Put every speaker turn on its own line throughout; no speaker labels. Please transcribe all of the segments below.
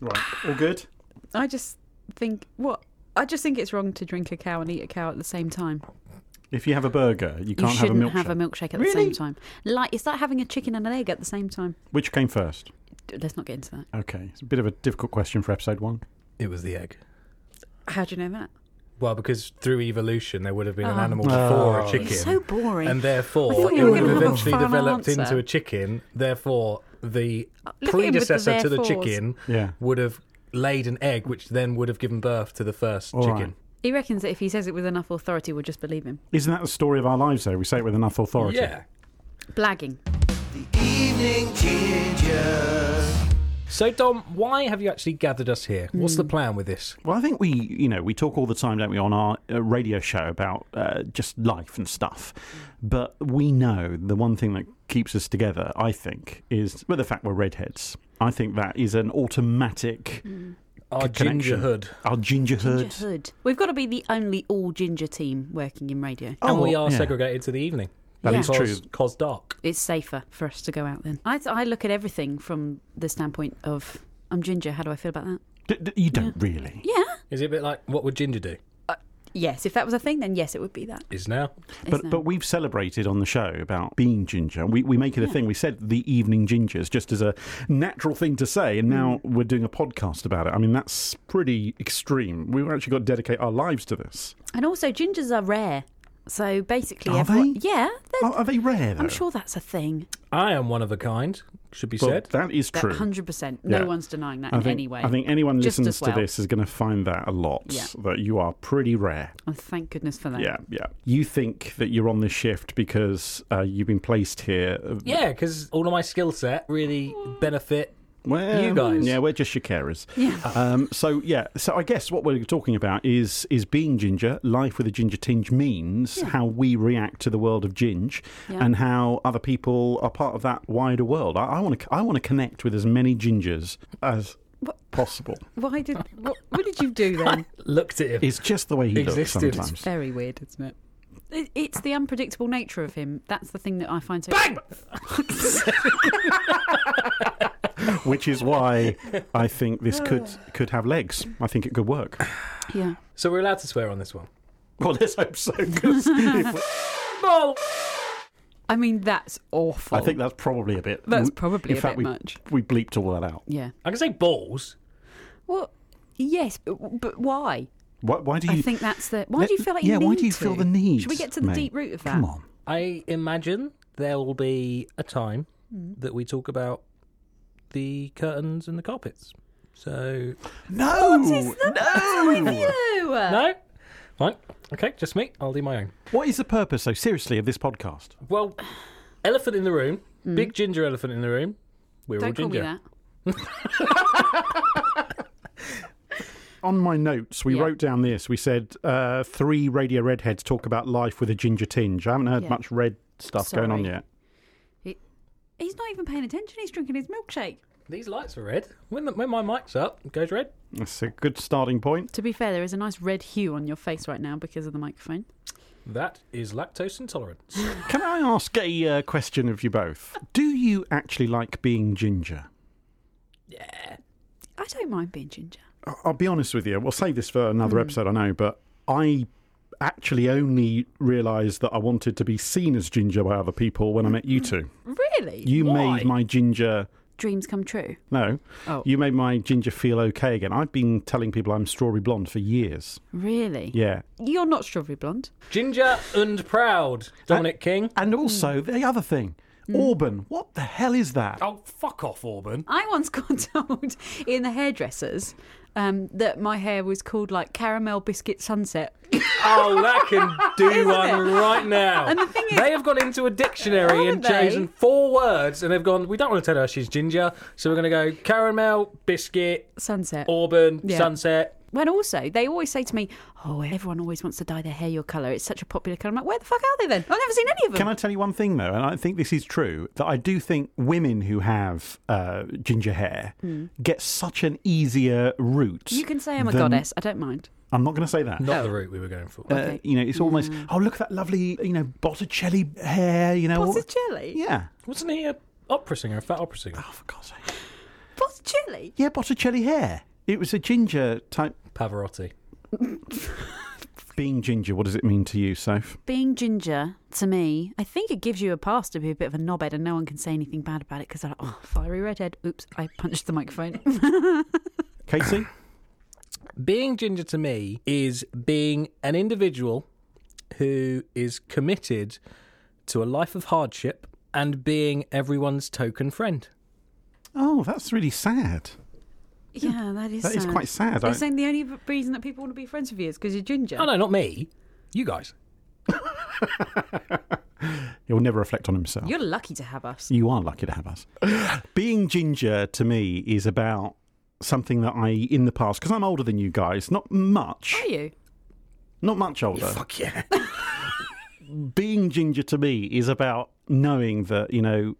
Right, all good?
I just think what I just think it's wrong to drink a cow and eat a cow at the same time.
If you have a burger, you can't have
you
a
shouldn't
milkshake.
have a milkshake at the
Really?
same time. Like it's like having a chicken and an egg at the same time.
Which came first?
D- Let's not get into that.
Okay, it's a bit of a difficult question for episode one.
It was the egg.
How do you know that?
Well, because through evolution there would have been an
Oh.
animal before
Oh.
a chicken,
It's so boring.
and
I
therefore
thought
it
you were
would have
gonna have a
eventually
final
developed
answer. Uh,
into a chicken. Therefore, the
look at him with the
predecessor to the
therefores.
chicken
Yeah.
would have laid an egg, which then would have given birth to the first
All right.
chicken.
he reckons that if he says it with enough authority, we'll just believe him.
Isn't that the story of our lives, though? We say it with enough authority.
Yeah.
Blagging.
Evening Ginger.
So, Dom, why have you actually gathered us here? What's
Hmm.
the plan with this?
Well, I think we, you know, we talk all the time, don't we, on our uh, radio show about uh, just life and stuff. But we know the one thing that keeps us together, I think, is well, the fact we're redheads. I think that is an automatic
Mm.
Our
connection.
gingerhood.
Our gingerhood.
Ginger Hood. We've got to be the only all ginger team working in radio.
and we
well,
are
Oh, yeah.
segregated to the evening.
That
Yeah.
is
Cause,
true.
cause dark.
It's safer for us to go out then. I, I look at everything from the standpoint of I'm ginger. How do I feel about that?
D- d- you don't really.
Yeah.
Is it a bit like what would ginger do?
Yes. If that was a thing, then yes, it would be that.
Is now.
But
Isn't
but we've celebrated on the show about being ginger. We we make it a thing. We said the evening gingers just as a natural thing to say, and now
Mm.
we're doing a podcast about it. I mean, that's pretty extreme. We've actually got to dedicate our lives to this.
And also, gingers are rare. So basically,
Are
everyone-
they? Oh.
Yeah, they're-
Are, are they rare? Though?
I'm sure that's a thing.
I am one of a kind, should be
Well,
said.
that is
That
true.
100%. No
Yeah.
one's denying that
I
in
think,
any way.
I think anyone
Just
listens
as well.
to this is going to find that a lot.
Yeah.
That you are pretty rare.
And Oh, thank goodness for that.
Yeah, yeah. You think that you're on this shift because uh, you've been placed here. uh,
Yeah, because all of my skill set really benefit.
Well,
You guys.
Yeah, we're just your carers.
Yeah.
Um, so yeah, so I guess what we're talking about is is being ginger. Life with a ginger tinge means how we react to the world of ginge,
Yeah.
and how other people are part of that wider world. I want to I want to connect with as many gingers as possible.
Why did. What, what did you do then?
Looked at him.
It's just the way he
Existence.
looks sometimes.
Very weird, isn't it? It- It's the unpredictable nature of him. That's the thing that I find so.
Bang!
Which is why I think this could could have legs. I think it could work.
Yeah.
So we're allowed to swear on this one.
Well, let's hope so. 'cause if-
Ball.
I mean, that's awful.
I think that's probably a bit.
That's probably
in
a
fact,
bit
we,
much.
We bleeped all that out.
Yeah.
I can say balls.
Well, yes, but, but why?
Why, why do you?
I think that's the. Why
Let-
do you feel like
yeah,
you need
why do you feel
to?
the need?
Should we get to the
mate?
deep root of that?
Come on.
I imagine there will be a time
Hmm.
that we talk about the curtains and the carpets. So
No, no.
No!
no, fine, okay, just me. I'll do my own.
What is the purpose, though? Seriously, of this podcast?
Well, elephant in the room, big ginger elephant in the room. We're all
Hmm. Don't call
ginger.
me that.
On my notes, we
Yeah.
wrote down this. We said uh, three radio redheads talk about life with a ginger tinge. I haven't heard
Yeah.
much red stuff going on
Sorry.
yet.
He's not even paying attention. He's drinking his milkshake.
These lights are red. When the, when my mic's up, it goes red.
That's a good starting point.
To be fair, there is a nice red hue on your face right now because of the microphone.
That is lactose intolerance.
Can I ask a uh, question of you both? Do you actually like being ginger?
I don't mind being ginger.
I- I'll be honest with you. We'll save this for
Hmm.
another episode, I know, but I actually only realised that I wanted to be seen as ginger by other people when I met you two.
Really?
You
Why?
made my ginger.
Dreams come true.
No,
Oh.
you made my ginger feel okay again. I've been telling people I'm strawberry blonde for years.
Really?
Yeah.
You're not strawberry blonde.
ginger and proud, Dominic King.
Hmm.
And also the other thing, Auburn. What the hell is that?
Oh, fuck off, Auburn.
I once got told in the hairdressers um, that my hair was called like caramel biscuit sunset.
Oh, that can do one
it?
right now.
And the thing is-
they have gone into a dictionary
Haven't
and
they?
chosen four words, and they've gone. We don't want to tell her she's ginger, so we're going to go caramel, biscuit,
Sunset.
Oh.
Auburn,
Yeah.
sunset.
When also, they always say to me, oh, everyone always wants to dye their hair your colour. It's such a popular colour. I'm like, where the fuck are they then? I've never seen any of them.
Can I tell you one thing though, and I think this is true, that I do think women who have uh, ginger hair get such an easier route.
Hmm. You can say I'm a
than-
goddess. I don't mind.
I'm not going to say that.
Not the route we were going for.
Uh, you know, it's almost oh look at that lovely you know Botticelli hair. You know, all-
Botticelli?
Yeah.
Wasn't he a opera singer, a fat opera singer?
Oh, for God's sake.
Bot- Botticelli.
Yeah, Botticelli hair. It was a ginger type.
Pavarotti.
Being ginger, what does it mean to you, Soph?
Being ginger, to me, I think it gives you a pass to be a bit of a knobhead and no one can say anything bad about it because they're like, oh, fiery redhead. Oops, I punched the microphone.
Casey?
Being ginger to me is being an individual who is committed to a life of hardship and being everyone's token friend.
oh, that's really sad.
yeah, that is
That is
sad.
quite sad.
They're
I-
saying the only reason that people want to be friends with you is because you're ginger.
Oh, no, not me. You guys.
He'll never reflect on himself.
You're lucky to have us.
You are lucky to have us. Being ginger to me is about something that I, in the past, because I'm older than you guys, not much,
Are you?
not much older.
Fuck yeah.
Being ginger to me is about knowing that, you know,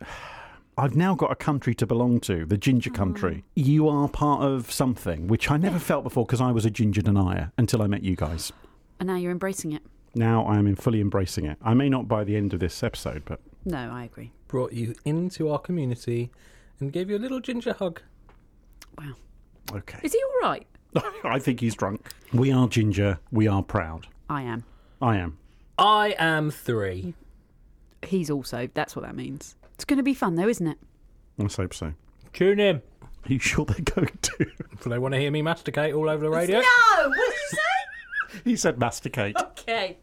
I've now got a country to belong to, the ginger country. You are part of something, which I never felt before because I was a ginger denier until I met you guys.
And now you're embracing it.
Now I am in fully embracing it. I may not by the end of this episode, but
No, I agree.
Brought you into our community and gave you a little ginger hug.
Wow.
okay.
Is he all right?
I think he's drunk. We are ginger. We are proud.
I am.
I am.
I am three.
He's also. That's what that means. It's going to be fun, though, isn't it?
Let's hope so.
Tune in.
Are you sure they're going to?
If they want to hear me masticate all over the radio.
No! What did you say?
he said masticate.
okay.